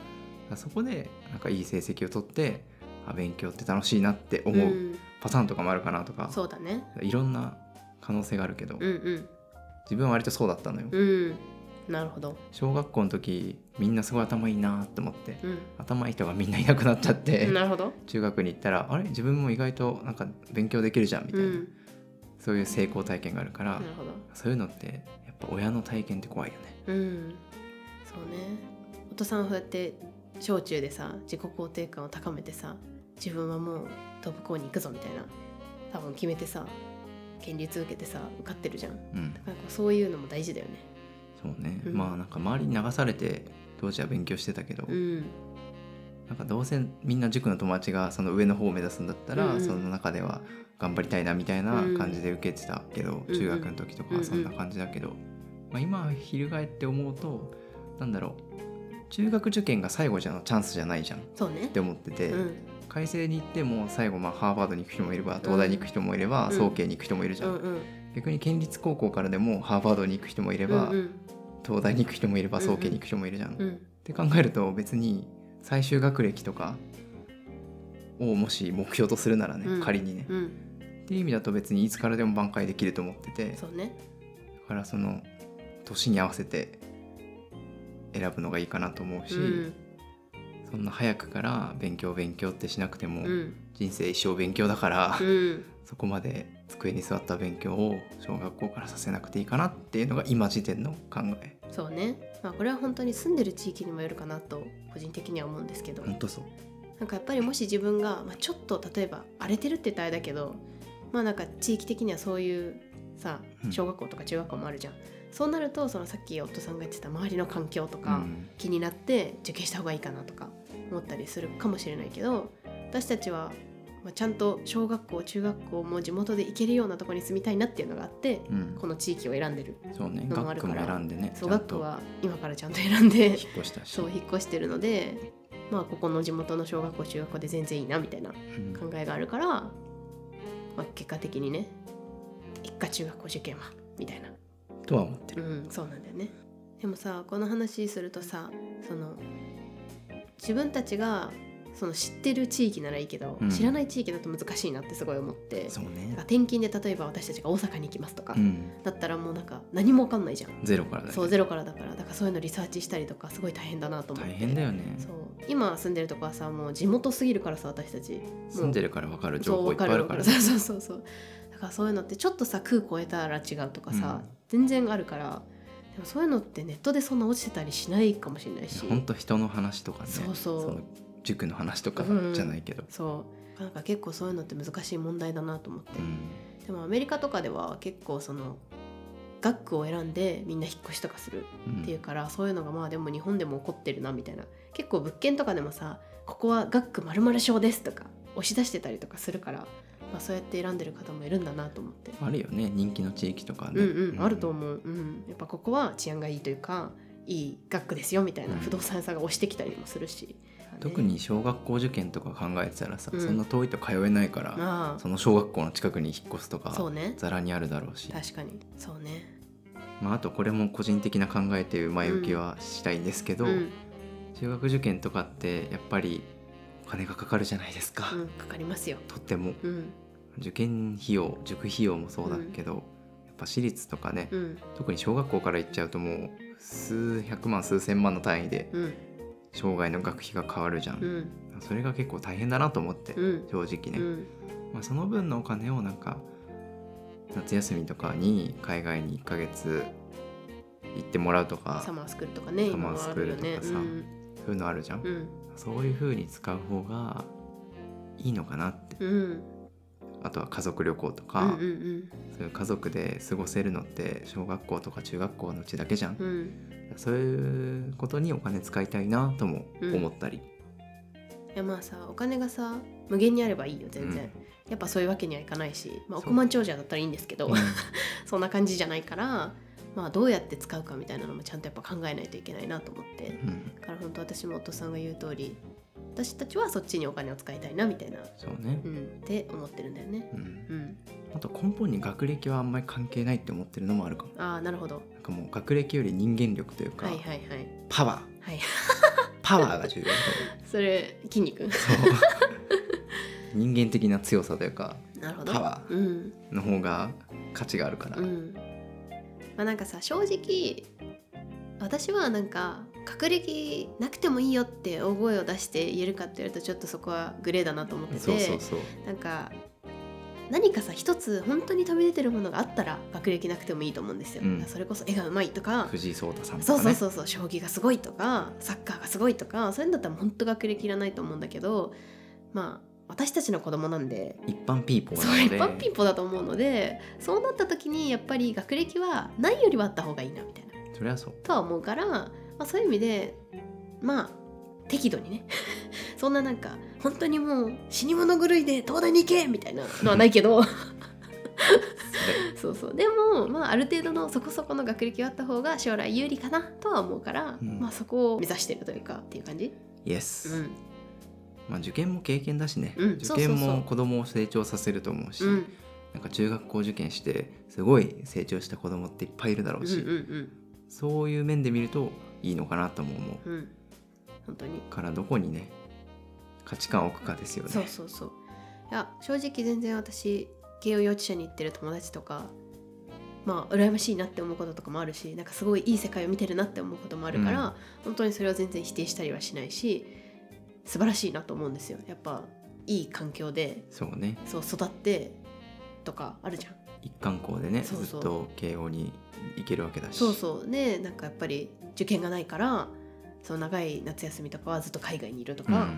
[SPEAKER 1] そこでなんかいい成績を取ってあ勉強って楽しいなって
[SPEAKER 2] う、
[SPEAKER 1] 思ううんパターンとかもあるかなとか、
[SPEAKER 2] そうだね。
[SPEAKER 1] いろんな可能性があるけど、
[SPEAKER 2] うんうん
[SPEAKER 1] 自分は割とそうだったのよ、
[SPEAKER 2] うん、なるほど。
[SPEAKER 1] 小学校の時みんなすごい頭いいなって思って
[SPEAKER 2] うん、
[SPEAKER 1] 頭いい人がみんないなくなっちゃって、
[SPEAKER 2] なるほど。
[SPEAKER 1] 中学に行ったらあれ自分も意外となんか勉強できるじゃんみた
[SPEAKER 2] う
[SPEAKER 1] いな、
[SPEAKER 2] ん、
[SPEAKER 1] そういう成功体験があるから、
[SPEAKER 2] なるほど。
[SPEAKER 1] そういうのってやっぱ親の体験って怖いよね。
[SPEAKER 2] うん、そうね。お父さんはそうやって小中でさ自己肯定感を高めてさ自分はもうトップ校に行くぞみたいな多分決めてさ県立受けてさ受かってるじゃん。
[SPEAKER 1] うん、
[SPEAKER 2] なんかそういうのも大事だよね。
[SPEAKER 1] そうね、
[SPEAKER 2] うん
[SPEAKER 1] まあなんか周りに流されて当時は勉強してたけど、
[SPEAKER 2] うん、
[SPEAKER 1] なんかどうせみんな塾の友達がその上の方を目指すんだったら、
[SPEAKER 2] うん
[SPEAKER 1] その中では頑張りたいなみたいな感じで受けてたけど、
[SPEAKER 2] うん
[SPEAKER 1] 中学の時とかはそんな感じだけど、まあ、今翻って思うとなんだろう中学受験が最後じゃのチャンスじゃないじゃんっ
[SPEAKER 2] そうね。
[SPEAKER 1] て思ってて、
[SPEAKER 2] うん、
[SPEAKER 1] 改正に行っても最後まあハーバードに行く人もいれば東大に行く人もいれば、
[SPEAKER 2] うん
[SPEAKER 1] 早慶に行く人もいるじ
[SPEAKER 2] う
[SPEAKER 1] ゃん、
[SPEAKER 2] んうん、
[SPEAKER 1] 逆に県立高校からでもハーバードに行く人もいれば、
[SPEAKER 2] うん
[SPEAKER 1] 東大に行く人もいれば
[SPEAKER 2] うんう
[SPEAKER 1] 早
[SPEAKER 2] ん
[SPEAKER 1] 慶に行く人もいるじゃん、
[SPEAKER 2] う
[SPEAKER 1] っ
[SPEAKER 2] ん
[SPEAKER 1] て考えると別に最終学歴とかをもし目標とするならね、
[SPEAKER 2] うん
[SPEAKER 1] 仮にね、
[SPEAKER 2] うん、
[SPEAKER 1] っていう意味だと別にいつからでも挽回できると思っててだ
[SPEAKER 2] そうね。
[SPEAKER 1] からその年に合わせて選ぶのがいいかなと思うし、
[SPEAKER 2] うん
[SPEAKER 1] そんな早くから勉強勉強ってしなくても、
[SPEAKER 2] うん
[SPEAKER 1] 人生一生勉強だから、
[SPEAKER 2] うん、
[SPEAKER 1] そこまで机に座った勉強を小学校からさせなくていいかなっていうのが今時点の考え
[SPEAKER 2] そうね。まあこれは本当に住んでる地域にもよるかなと個人的には思うんですけど、
[SPEAKER 1] 本当そう
[SPEAKER 2] なんかやっぱりもし自分がまあちょっと例えば荒れてるって言ったらあれだけど、まあなんか地域的にはそういうさ
[SPEAKER 1] うん
[SPEAKER 2] 小学校とか中学校もあるじゃん。そうなるとそのさっき夫さんが言ってた周りの環境とか、
[SPEAKER 1] うん
[SPEAKER 2] 気になって受験した方がいいかなとか思ったりするかもしれないけど私たちはまあちゃんと小学校中学校も地元で行けるようなところに住みたいなっていうのがあって
[SPEAKER 1] うん
[SPEAKER 2] この地域を選んでる
[SPEAKER 1] そうね
[SPEAKER 2] のもあ
[SPEAKER 1] 学
[SPEAKER 2] る
[SPEAKER 1] 区
[SPEAKER 2] か
[SPEAKER 1] も
[SPEAKER 2] ら
[SPEAKER 1] 選んでね
[SPEAKER 2] そう
[SPEAKER 1] ちゃん
[SPEAKER 2] 学
[SPEAKER 1] と
[SPEAKER 2] 区は今からちゃんと選んで
[SPEAKER 1] 引っ越したし
[SPEAKER 2] そう引っ越してるのでまあここの地元の小学校中学校で全然いいなみたいな
[SPEAKER 1] うん
[SPEAKER 2] 考えがあるから、まあ、結果的にね一家中学校受験はみたいな
[SPEAKER 1] とは思って
[SPEAKER 2] う
[SPEAKER 1] る、
[SPEAKER 2] ん、そうなんだよねでもさこの話するとさその自分たちがその知ってる地域ならいいけど、
[SPEAKER 1] うん
[SPEAKER 2] 知らない地域だと難しいなってすごい思って
[SPEAKER 1] そう
[SPEAKER 2] なんか
[SPEAKER 1] ね
[SPEAKER 2] 転勤で例えば私たちが大阪に行きますとか、
[SPEAKER 1] うん
[SPEAKER 2] だったらもうなんか何も分かんないじゃん、
[SPEAKER 1] ゼロからだよね
[SPEAKER 2] そうゼロからだからだからそういうのリサーチしたりとかすごい大変だなと思って
[SPEAKER 1] 大変だよね
[SPEAKER 2] そう今住んでるとこはさもう地元すぎるからさ私たち
[SPEAKER 1] 住んでるから分かる情
[SPEAKER 2] そう
[SPEAKER 1] 報いっぱいあるから
[SPEAKER 2] わそう <laughs> そうそうそうだからそういうのってちょっとさ空越えたら違うとかさ、
[SPEAKER 1] うん
[SPEAKER 2] 全然あるからでもそういうのってネットでそんな落ちてたりしないかもしれないし
[SPEAKER 1] 本当人の話とかね
[SPEAKER 2] そうそう
[SPEAKER 1] の塾の話とか
[SPEAKER 2] うん
[SPEAKER 1] じゃないけど、
[SPEAKER 2] そうなんか結構そういうのって難しい問題だなと思って、
[SPEAKER 1] うん
[SPEAKER 2] でもアメリカとかでは結構その学区を選んでみんな引っ越しとかする
[SPEAKER 1] うん
[SPEAKER 2] っていうから、そういうのがまあでも日本でも起こってるなみたいな結構物件とかでもさ「ここは学区〇〇賞です」とか押し出してたりとかするから、まあ、そうやって選んでる方もいるんだなと思って
[SPEAKER 1] あるよね人気の地域とかね、
[SPEAKER 2] うんうん、あると思う、うん、やっぱここは治安がいいというかいい額ですよみたいな
[SPEAKER 1] うん
[SPEAKER 2] 不動産屋さんが押してきたりもするし、
[SPEAKER 1] 特に小学校受験とか考えてたらさ、
[SPEAKER 2] うん
[SPEAKER 1] そんな遠いと通えないから、
[SPEAKER 2] ま
[SPEAKER 1] その小学校の近くに引っ越すと
[SPEAKER 2] あ
[SPEAKER 1] か
[SPEAKER 2] そうね
[SPEAKER 1] ざらにあるだろうし、
[SPEAKER 2] 確かにそうね
[SPEAKER 1] まあ、あとこれも個人的な考えという前置きはしたいんですけど、
[SPEAKER 2] ん
[SPEAKER 1] 中学受験とかってやっぱりお金がかかるじゃないですか、
[SPEAKER 2] うん、かかりますよ、
[SPEAKER 1] とっても
[SPEAKER 2] うん
[SPEAKER 1] 受験費用塾費用もそうだけど、やっぱ私立とかね、
[SPEAKER 2] うん
[SPEAKER 1] 特に小学校から行っちゃうともう数百万数千万の単位で
[SPEAKER 2] うん
[SPEAKER 1] 生涯の学費が変わるじゃん、
[SPEAKER 2] うん
[SPEAKER 1] それが結構大変だなと思って、
[SPEAKER 2] うん
[SPEAKER 1] 正直
[SPEAKER 2] う
[SPEAKER 1] ね、
[SPEAKER 2] ん
[SPEAKER 1] まあ、その分のお金をなんか夏休みとかに海外に1ヶ月行ってもらうとか
[SPEAKER 2] サマースクールとかね
[SPEAKER 1] サマ
[SPEAKER 2] 今
[SPEAKER 1] ー
[SPEAKER 2] は
[SPEAKER 1] ス
[SPEAKER 2] あ
[SPEAKER 1] クー
[SPEAKER 2] る
[SPEAKER 1] ル
[SPEAKER 2] よ
[SPEAKER 1] とか
[SPEAKER 2] ね
[SPEAKER 1] さそういうのあるじゃん、
[SPEAKER 2] うんうん
[SPEAKER 1] そういう風に使う方がいいのかなって、
[SPEAKER 2] うんうん
[SPEAKER 1] あとは家族旅行とか、
[SPEAKER 2] うんうん
[SPEAKER 1] そういう家族で過ごせるのって小学校とか中学校のうちだけじゃん、
[SPEAKER 2] うん
[SPEAKER 1] そういうことにお金使いたいなとも思ったり、
[SPEAKER 2] いやまあさお金がさ無限にあればいいよ全然、
[SPEAKER 1] うん
[SPEAKER 2] やっぱそういうわけにはいかないし、まあ、
[SPEAKER 1] そう
[SPEAKER 2] 億万長者だったらいいんですけど、
[SPEAKER 1] うん
[SPEAKER 2] そんな感じじゃないから、まあ、どうやって使うかみたいなのもちゃんとやっぱ考えないといけないなと思って、
[SPEAKER 1] うん
[SPEAKER 2] だから本当私もお父さんが言う通り私たちはそっちにお金を使いたいなみたいな、
[SPEAKER 1] そうね
[SPEAKER 2] う、ん、って思ってるんだよね。
[SPEAKER 1] うん
[SPEAKER 2] うん、
[SPEAKER 1] あと根本に学歴はあんまり関係ないって思ってるのもあるかも
[SPEAKER 2] ああなるほど。
[SPEAKER 1] なんかもう学歴より人間力というか、
[SPEAKER 2] はいはいはい。
[SPEAKER 1] パワー
[SPEAKER 2] はい
[SPEAKER 1] <laughs> パワーが重要だ
[SPEAKER 2] それ筋肉
[SPEAKER 1] と思うそう人間的な強さというか
[SPEAKER 2] <laughs> なるほど。
[SPEAKER 1] パワー
[SPEAKER 2] うん
[SPEAKER 1] の方が価値があるから、
[SPEAKER 2] うん。まあなんかさ正直私はなんか学歴なくてもいいよって大声を出して言えるかって言われるとちょっとそこはグレーだなと思ってて
[SPEAKER 1] そうそうそう
[SPEAKER 2] なんか何かさ一つ本当に飛び出てるものがあったら学歴なくてもいいと思うんですよ、
[SPEAKER 1] うん
[SPEAKER 2] それこそ絵がうまいとか
[SPEAKER 1] 藤井聡太さんとか
[SPEAKER 2] そう
[SPEAKER 1] ね
[SPEAKER 2] そうそうそう将棋がすごいとかサッカーがすごいとかそういうんだったら本当学歴いらないと思うんだけどまあ私たちの子供なんで
[SPEAKER 1] 一般ピーポー
[SPEAKER 2] そう
[SPEAKER 1] なの
[SPEAKER 2] 一
[SPEAKER 1] で
[SPEAKER 2] 般ピンポだと思うのでそうなった時にやっぱり学歴はないよりはあった方がいいなみたいな
[SPEAKER 1] そりゃそう
[SPEAKER 2] とは思うから、まあ、そういう意味でまあ適度にね <laughs> そんななんか本当にもう死に物狂いで東大に行けみたいなのはない
[SPEAKER 1] <laughs>
[SPEAKER 2] けどそうそうでも、まあ、ある程度のそこそこの学歴があった方が将来有利かなとは思うから、
[SPEAKER 1] うん
[SPEAKER 2] まあ、そこを目指してるというかっていう感じ、 <laughs>
[SPEAKER 1] イエ
[SPEAKER 2] う
[SPEAKER 1] ス、
[SPEAKER 2] ん
[SPEAKER 1] まあ、受験も経験だしね、
[SPEAKER 2] うん
[SPEAKER 1] 受
[SPEAKER 2] そうそうそう
[SPEAKER 1] 験も子供を成長させると思うし
[SPEAKER 2] うん、
[SPEAKER 1] なんか中学校受験してすごい成長した子供っていっぱいいるだろ
[SPEAKER 2] うんう
[SPEAKER 1] うし、
[SPEAKER 2] ん
[SPEAKER 1] そういう面で見るといいのかなとも思
[SPEAKER 2] うんうん本当に
[SPEAKER 1] うからどこにね価値観を置くかですよね
[SPEAKER 2] そうそうそういや正直全然私慶応幼稚園に行ってる友達とかまあ羨ましいなって思うこととかもあるしなんかすごいいい世界を見てるなって思うこともあるから、
[SPEAKER 1] う
[SPEAKER 2] 本当にそれは全然否定したりはしないし素晴らしいなと思うんですよやっぱいい環境で
[SPEAKER 1] そうね
[SPEAKER 2] そう育ってとかあるじゃん
[SPEAKER 1] 一貫校でね
[SPEAKER 2] そうそう
[SPEAKER 1] ずっと慶応に行けるわけだし
[SPEAKER 2] そうそうねなんかやっぱり受験がないからその長い夏休みとかはずっと海外にいると
[SPEAKER 1] うん
[SPEAKER 2] か、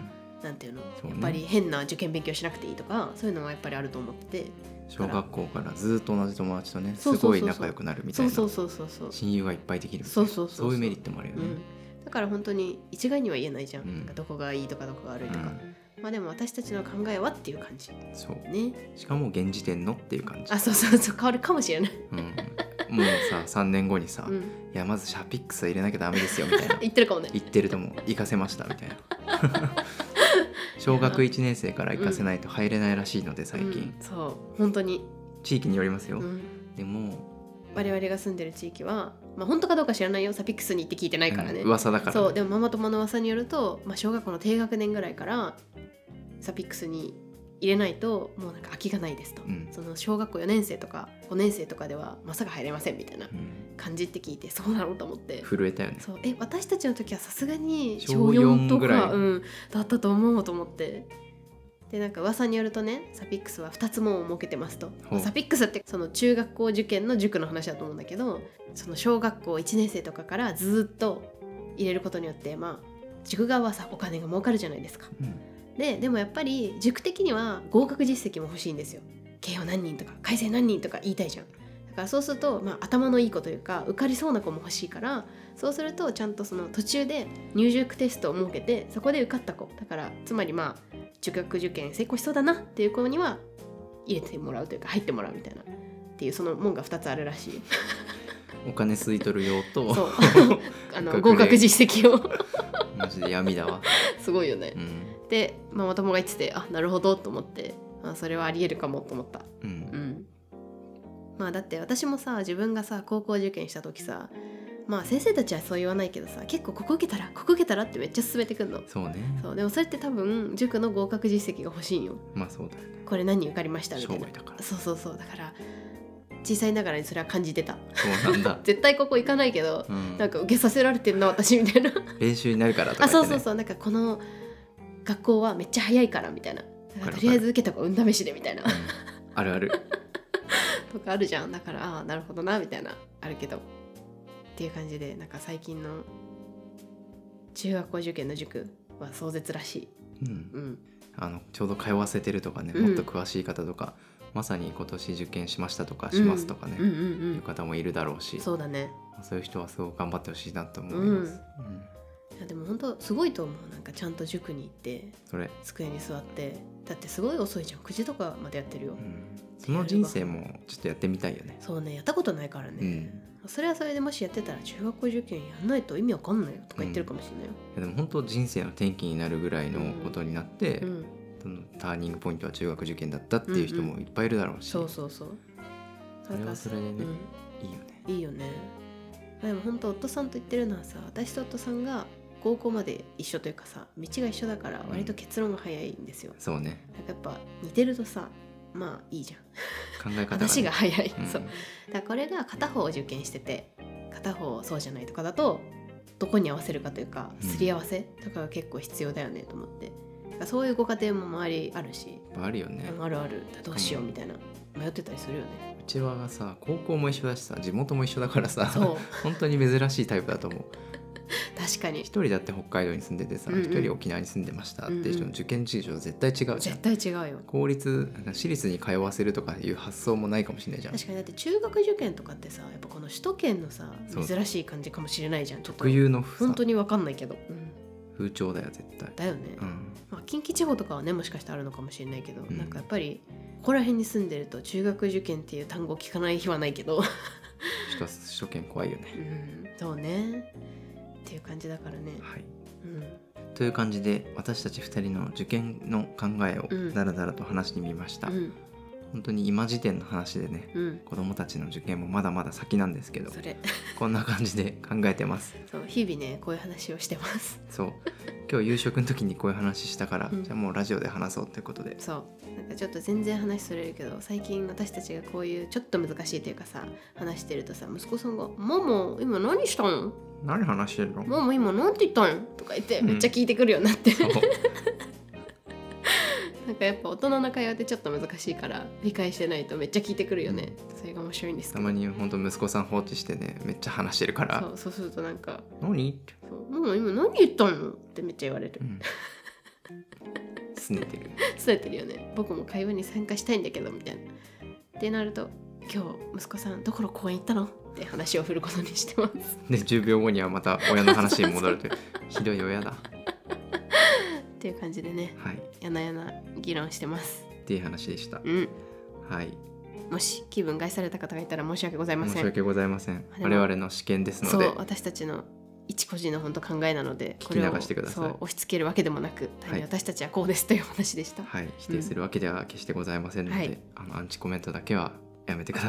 [SPEAKER 2] なんていうの
[SPEAKER 1] そうね
[SPEAKER 2] やっぱり変な受験勉強しなくていいとかそういうのはやっぱりあると思ってて
[SPEAKER 1] 小学校からずっと同じ友達とね
[SPEAKER 2] そ
[SPEAKER 1] す
[SPEAKER 2] うそうそうそ
[SPEAKER 1] ご
[SPEAKER 2] う
[SPEAKER 1] い仲良くなるみた
[SPEAKER 2] そ
[SPEAKER 1] いうな
[SPEAKER 2] そうそうそうそう
[SPEAKER 1] 親友がいっぱいできるみたいな
[SPEAKER 2] そうそうそうそう
[SPEAKER 1] いうメリットもあるよ
[SPEAKER 2] う
[SPEAKER 1] ね、
[SPEAKER 2] ん、だから本当に一概には言えないじゃん,、
[SPEAKER 1] うん
[SPEAKER 2] なんかどこがいいとかどこが悪いとか、まあでも私たちの考えはっていう感じ
[SPEAKER 1] うんそう
[SPEAKER 2] ね
[SPEAKER 1] しかも現時点のっていう感じ
[SPEAKER 2] あそうそうそう変わるかもしれない、
[SPEAKER 1] うん、もうさ3年後にさ、
[SPEAKER 2] う
[SPEAKER 1] い
[SPEAKER 2] ん、
[SPEAKER 1] やまずシャピックスは入れなきゃダメですよみた
[SPEAKER 2] <laughs>
[SPEAKER 1] いな
[SPEAKER 2] 言ってるかもね
[SPEAKER 1] 行ってるとも行かせましたみたいな
[SPEAKER 2] <laughs>
[SPEAKER 1] 小学1年生から行かせないと入れないらしいので最近、
[SPEAKER 2] うんそう本当に、
[SPEAKER 1] 地域によりますよ、
[SPEAKER 2] うん、
[SPEAKER 1] でも
[SPEAKER 2] 我々が住んでる地域はまあ本当かどうか知らないよサピックスに行って聞いてないからね、
[SPEAKER 1] うん噂だから
[SPEAKER 2] そうでもママ友の噂によると、まあ、小学校の低学年ぐらいからサピックスに入れないともうなんか空きがないですと、
[SPEAKER 1] うん
[SPEAKER 2] その小学校4年生とか5年生とかではまさか入れませんみたいな
[SPEAKER 1] うん
[SPEAKER 2] 感じって聞いてそうなのと思って
[SPEAKER 1] 震えたよね
[SPEAKER 2] そうえ私たちの時はさすがに
[SPEAKER 1] 小
[SPEAKER 2] 小4
[SPEAKER 1] 四
[SPEAKER 2] と
[SPEAKER 1] ぐら
[SPEAKER 2] か、
[SPEAKER 1] い
[SPEAKER 2] うん、だったと思うと思ってでなんか噂によるとねサピックスは2つ門を設けてますと
[SPEAKER 1] ほう
[SPEAKER 2] サピックスってその中学校受験の塾の話だと思うんだけどその小学校1年生とかからずっと入れることによってまあ塾側はさお金が儲かるじゃないですか
[SPEAKER 1] うん
[SPEAKER 2] ででもやっぱり塾的には合格実績も欲しいんですよ慶応何人とか改正何人とか言いたいじゃんだからそうすると、まあ、頭のいい子というか受かりそうな子も欲しいからそうするとちゃんとその途中で入塾テストを設けてそこで受かった子だからつまりまあ中学受験成功しそうだなっていう子には入れてもらうというか入ってもらうみたいなっていうその門が2つあるらしい
[SPEAKER 1] お金吸い取る用
[SPEAKER 2] そう
[SPEAKER 1] と
[SPEAKER 2] あの合
[SPEAKER 1] 合
[SPEAKER 2] 格
[SPEAKER 1] 格
[SPEAKER 2] 実績を
[SPEAKER 1] <laughs>
[SPEAKER 2] <laughs>
[SPEAKER 1] マジで闇だわ、
[SPEAKER 2] すごいよね
[SPEAKER 1] う。ん
[SPEAKER 2] でママ友が言っててあなるほどと思ってあそれはありえるかもと思った。
[SPEAKER 1] う
[SPEAKER 2] うんん、まあだって私もさ自分がさ高校受験した時さまあ先生たちはそう言わないけどさ結構ここ受けたらここ受けたらってめっちゃ勧めてくんの。
[SPEAKER 1] そうね
[SPEAKER 2] そうでもそれって多分塾の合格実績が欲しいんよ。
[SPEAKER 1] まあそうだよね
[SPEAKER 2] これ何人受かりましたみた
[SPEAKER 1] 商
[SPEAKER 2] いな
[SPEAKER 1] 売。だから
[SPEAKER 2] そうそうそうだから小さいながらにそれは感じてた。、
[SPEAKER 1] そうなんだ
[SPEAKER 2] <laughs> 絶対ここ行かないけど
[SPEAKER 1] う
[SPEAKER 2] なん
[SPEAKER 1] ん、
[SPEAKER 2] か受けさせられてんな私みたい <laughs> な
[SPEAKER 1] 練習になるからとか
[SPEAKER 2] あ
[SPEAKER 1] 言
[SPEAKER 2] そ
[SPEAKER 1] っ
[SPEAKER 2] う
[SPEAKER 1] て、ね、
[SPEAKER 2] そうそうなんかこの学校はめっちゃ早いからみたいなだからとりあえず受けた子は運試しでみたいな
[SPEAKER 1] うんあるある
[SPEAKER 2] とかあるじゃんだからああなるほどなみたいなあるけどっていう感じでなんか最近の中学校受験の塾は壮絶らしい、
[SPEAKER 1] うん
[SPEAKER 2] うん、
[SPEAKER 1] あのちょうど通わせてるとかね、
[SPEAKER 2] うん
[SPEAKER 1] もっと詳しい方とかまさに今年受験しましたとかしますとかね、
[SPEAKER 2] うんうんう
[SPEAKER 1] いうん方もいるだろう
[SPEAKER 2] う
[SPEAKER 1] し
[SPEAKER 2] ん
[SPEAKER 1] そう
[SPEAKER 2] そうだね
[SPEAKER 1] いう人はすごく頑張ってほしいなと思います、うん
[SPEAKER 2] いやでも本当すごいと思うなんかちゃんと塾に行って
[SPEAKER 1] それ、
[SPEAKER 2] 机に座ってだってすごい遅いじゃん9時とかまでやってるよ、
[SPEAKER 1] うん、その人生もちょっとやってみたいよね
[SPEAKER 2] そうねやったことないからね、それはそれでもしやってたら中学校受験やんないと意味わかんないよとか言ってるかもしれないよ。
[SPEAKER 1] いやでも本当人生の転機になるぐらいのことになって、
[SPEAKER 2] うん、
[SPEAKER 1] そのターニングポイントは中学受験だったっていう人もいっぱいいるだろうし、
[SPEAKER 2] そうそうそう。
[SPEAKER 1] それはそれでね
[SPEAKER 2] だから
[SPEAKER 1] いいよね
[SPEAKER 2] うん、いいよね。でも本当夫さんと言ってるのはさ私と夫さんが高校まで一緒というかさ道が一緒だから割と結論が早いんですよ。
[SPEAKER 1] そうね
[SPEAKER 2] なんかやっぱ似てるとさまあいいじゃん。
[SPEAKER 1] 考え方が、ね、
[SPEAKER 2] 話が早い。
[SPEAKER 1] うん
[SPEAKER 2] そうだからこれが片方を受験してて片方そうじゃないとかだとどこに合わせるかというか
[SPEAKER 1] うん
[SPEAKER 2] すり合わせとかが結構必要だよねと思って、だからそういうご家庭も周りあるし、
[SPEAKER 1] やっぱあるよね、
[SPEAKER 2] うんあるあるだからどうしようみたいな迷ってたりするよ
[SPEAKER 1] <laughs>
[SPEAKER 2] ね
[SPEAKER 1] うちはさ高校も一緒だしさ地元も一緒だからさ
[SPEAKER 2] そう
[SPEAKER 1] 本当に珍しいタイプだと思う
[SPEAKER 2] 確かに
[SPEAKER 1] 一人だって北海道に住んでてさ
[SPEAKER 2] うんうん
[SPEAKER 1] 一人沖縄に住んでましたっていう人
[SPEAKER 2] うんう
[SPEAKER 1] の
[SPEAKER 2] ん
[SPEAKER 1] 受験事情絶対違うじゃ
[SPEAKER 2] 絶
[SPEAKER 1] ん
[SPEAKER 2] 対違うよ
[SPEAKER 1] 公立私立に通わせるとかいう発想もないかもしれないじゃん
[SPEAKER 2] 確かにだって中学受験とかってさやっぱこの首都圏のさ
[SPEAKER 1] そう
[SPEAKER 2] 珍しい感じかもしれないじゃんちょっと
[SPEAKER 1] 特有のさ
[SPEAKER 2] 本当に分かんないけど、うん
[SPEAKER 1] 風潮だよ絶対
[SPEAKER 2] だよね、
[SPEAKER 1] うん
[SPEAKER 2] まあ、近畿地方とかはねもしかしたらあるのかもしれないけど、
[SPEAKER 1] うん
[SPEAKER 2] なんかやっぱりここら辺に住んでると中学受験っていう単語聞かない日はないけど、
[SPEAKER 1] 首都首都圏怖いよね
[SPEAKER 2] うん、そうねっていう感じだからね、
[SPEAKER 1] はい
[SPEAKER 2] うん、
[SPEAKER 1] という感じで私たち2人の受験の考えを
[SPEAKER 2] うん
[SPEAKER 1] だらだらと話してみました、
[SPEAKER 2] うん
[SPEAKER 1] 本当に今時点の話でね
[SPEAKER 2] うん
[SPEAKER 1] 子供たちの受験もまだまだ先なんですけど
[SPEAKER 2] それ <laughs>
[SPEAKER 1] こんな感じで考えてます
[SPEAKER 2] そう日々ねこういう話をしてます
[SPEAKER 1] そう今日夕食の時にこういう話したから、
[SPEAKER 2] うん
[SPEAKER 1] じゃあもうラジオで話そうということで
[SPEAKER 2] そうなんかちょっと全然話それるけど最近私たちがこういうちょっと難しいというかさ話してるとさ息子さんが「ママ今何したん
[SPEAKER 1] 何話してるの
[SPEAKER 2] ママ今何て言ったん?」とか言ってめっちゃ聞いてくるようになって、 <laughs>
[SPEAKER 1] そう
[SPEAKER 2] なんかやっぱ大人の会話ってちょっと難しいから理解してないとめっちゃ聞いてくるよね、それが面白いんですけ
[SPEAKER 1] た
[SPEAKER 2] ど
[SPEAKER 1] まに本当息子さん放置してねめっちゃ話してるか
[SPEAKER 2] そ
[SPEAKER 1] ら
[SPEAKER 2] うそうするとなんか
[SPEAKER 1] 「何?」って、
[SPEAKER 2] 「そうもう今何言ったの?」ってめっちゃ言われる
[SPEAKER 1] うん、すねてる
[SPEAKER 2] 伝えてるよね僕も会話に参加したいんだけどみたいなってなると「今日息子さんどこの公園行ったの?」って話を振ることにしてます
[SPEAKER 1] で10秒後にはまた親の話に戻ると
[SPEAKER 2] <laughs>
[SPEAKER 1] いうひどい親だ
[SPEAKER 2] っていう感じでね
[SPEAKER 1] はいっ
[SPEAKER 2] やなやな議論してます
[SPEAKER 1] ていう話でした
[SPEAKER 2] うん
[SPEAKER 1] はい
[SPEAKER 2] もし気分害された方がいたら申し訳ございま
[SPEAKER 1] 申
[SPEAKER 2] せ
[SPEAKER 1] し
[SPEAKER 2] ん
[SPEAKER 1] 訳ございません
[SPEAKER 2] でも
[SPEAKER 1] 我々の試験ですの
[SPEAKER 2] そ
[SPEAKER 1] で
[SPEAKER 2] う私たちの一個人の本当考えなので
[SPEAKER 1] 聞き流してください
[SPEAKER 2] これをそう押し付けるわけでもなく、単に
[SPEAKER 1] はい
[SPEAKER 2] 私たちはこうですという話でした、 <laughs>
[SPEAKER 1] はい否定するわけでは決してございませんので、
[SPEAKER 2] はい
[SPEAKER 1] あのアンチコメントだけはやめてくださ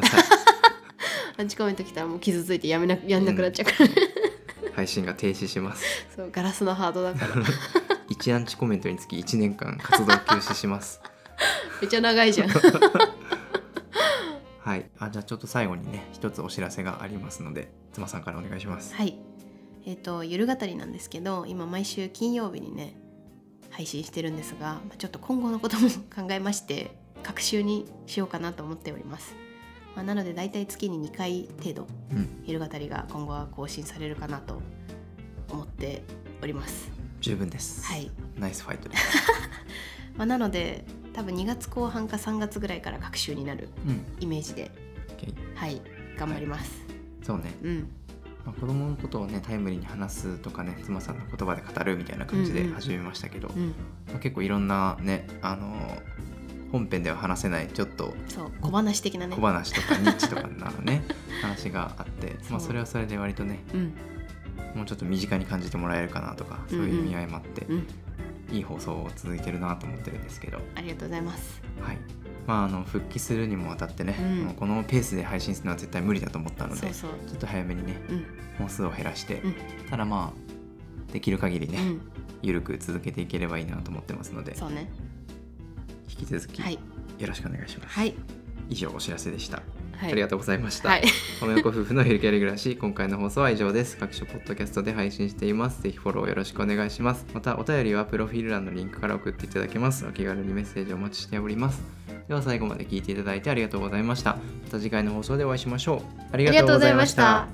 [SPEAKER 2] アンチコメント来たらもう傷ついてやめなやんなくなっちゃうから、 <laughs>
[SPEAKER 1] い配信が停止します
[SPEAKER 2] そうガラスのハートだから
[SPEAKER 1] 1アンチコメントにつき1年間活動休止します。 <laughs>
[SPEAKER 2] めっちゃ長いじゃん
[SPEAKER 1] はい、あじゃあちょっと最後にね一つお知らせがありますので妻さんからお願いします。
[SPEAKER 2] はいえっ、とゆる語りなんですけど今毎週金曜日にね配信してるんですがまあちょっと今後のことも <laughs> 考えまして各週にしようかなと思っております、まあ、なので大体月に2回程度
[SPEAKER 1] うん、
[SPEAKER 2] 昼語りが今後は更新されるかなと思っております。
[SPEAKER 1] 十分です。
[SPEAKER 2] はい、
[SPEAKER 1] ナイスファイトです。
[SPEAKER 2] まあ、なので多分2月後半か3月ぐらいから各週になる
[SPEAKER 1] うん、
[SPEAKER 2] イメージで
[SPEAKER 1] OK
[SPEAKER 2] はい頑張ります。
[SPEAKER 1] そうね、
[SPEAKER 2] うん、
[SPEAKER 1] まあ、子供のことをねタイムリーに話すとかね妻さんの言葉で語るみたいな感じ
[SPEAKER 2] う
[SPEAKER 1] で
[SPEAKER 2] んうん
[SPEAKER 1] 始めましたけど、
[SPEAKER 2] うん、
[SPEAKER 1] まあ、結構いろんなねあのー本編では話せないちょっと
[SPEAKER 2] そう小話的なね
[SPEAKER 1] 小話とかニッチとかなの
[SPEAKER 2] <laughs>
[SPEAKER 1] ね話があってまあ
[SPEAKER 2] そう
[SPEAKER 1] それはそれで割とね
[SPEAKER 2] うん
[SPEAKER 1] もうちょっと身近に感じてもらえるかなとかそういう意味合いもあって、
[SPEAKER 2] うん
[SPEAKER 1] いい放送を続いてるなと思ってるんですけど
[SPEAKER 2] ありがとうございます
[SPEAKER 1] はい。まあ、あの復帰するにもあたってね、
[SPEAKER 2] うん
[SPEAKER 1] もうこのペースで配信するのは絶対無理だと思ったので
[SPEAKER 2] そうそう
[SPEAKER 1] ちょっと早めにね
[SPEAKER 2] うん
[SPEAKER 1] 本数を減らして、
[SPEAKER 2] うん
[SPEAKER 1] ただまあできる限りね、
[SPEAKER 2] うん
[SPEAKER 1] ゆるく続けていければいいなと思ってますので
[SPEAKER 2] そうね
[SPEAKER 1] 引き続き
[SPEAKER 2] はい
[SPEAKER 1] よろしくお願いします、
[SPEAKER 2] はい
[SPEAKER 1] 以上お知らせでした、
[SPEAKER 2] はい
[SPEAKER 1] ありがとうございました、
[SPEAKER 2] はい
[SPEAKER 1] 浜横夫婦のゆるキャリ暮らし今回の放送は以上です各種ポッドキャストで配信していますぜひフォローよろしくお願いしますまたお便りはプロフィール欄のリンクから送っていただけますお気軽にメッセージお待ちしておりますでは最後まで聞いていただいてありがとうございましたまた次回の放送でお会いしましょうあり
[SPEAKER 2] ありがとうございました。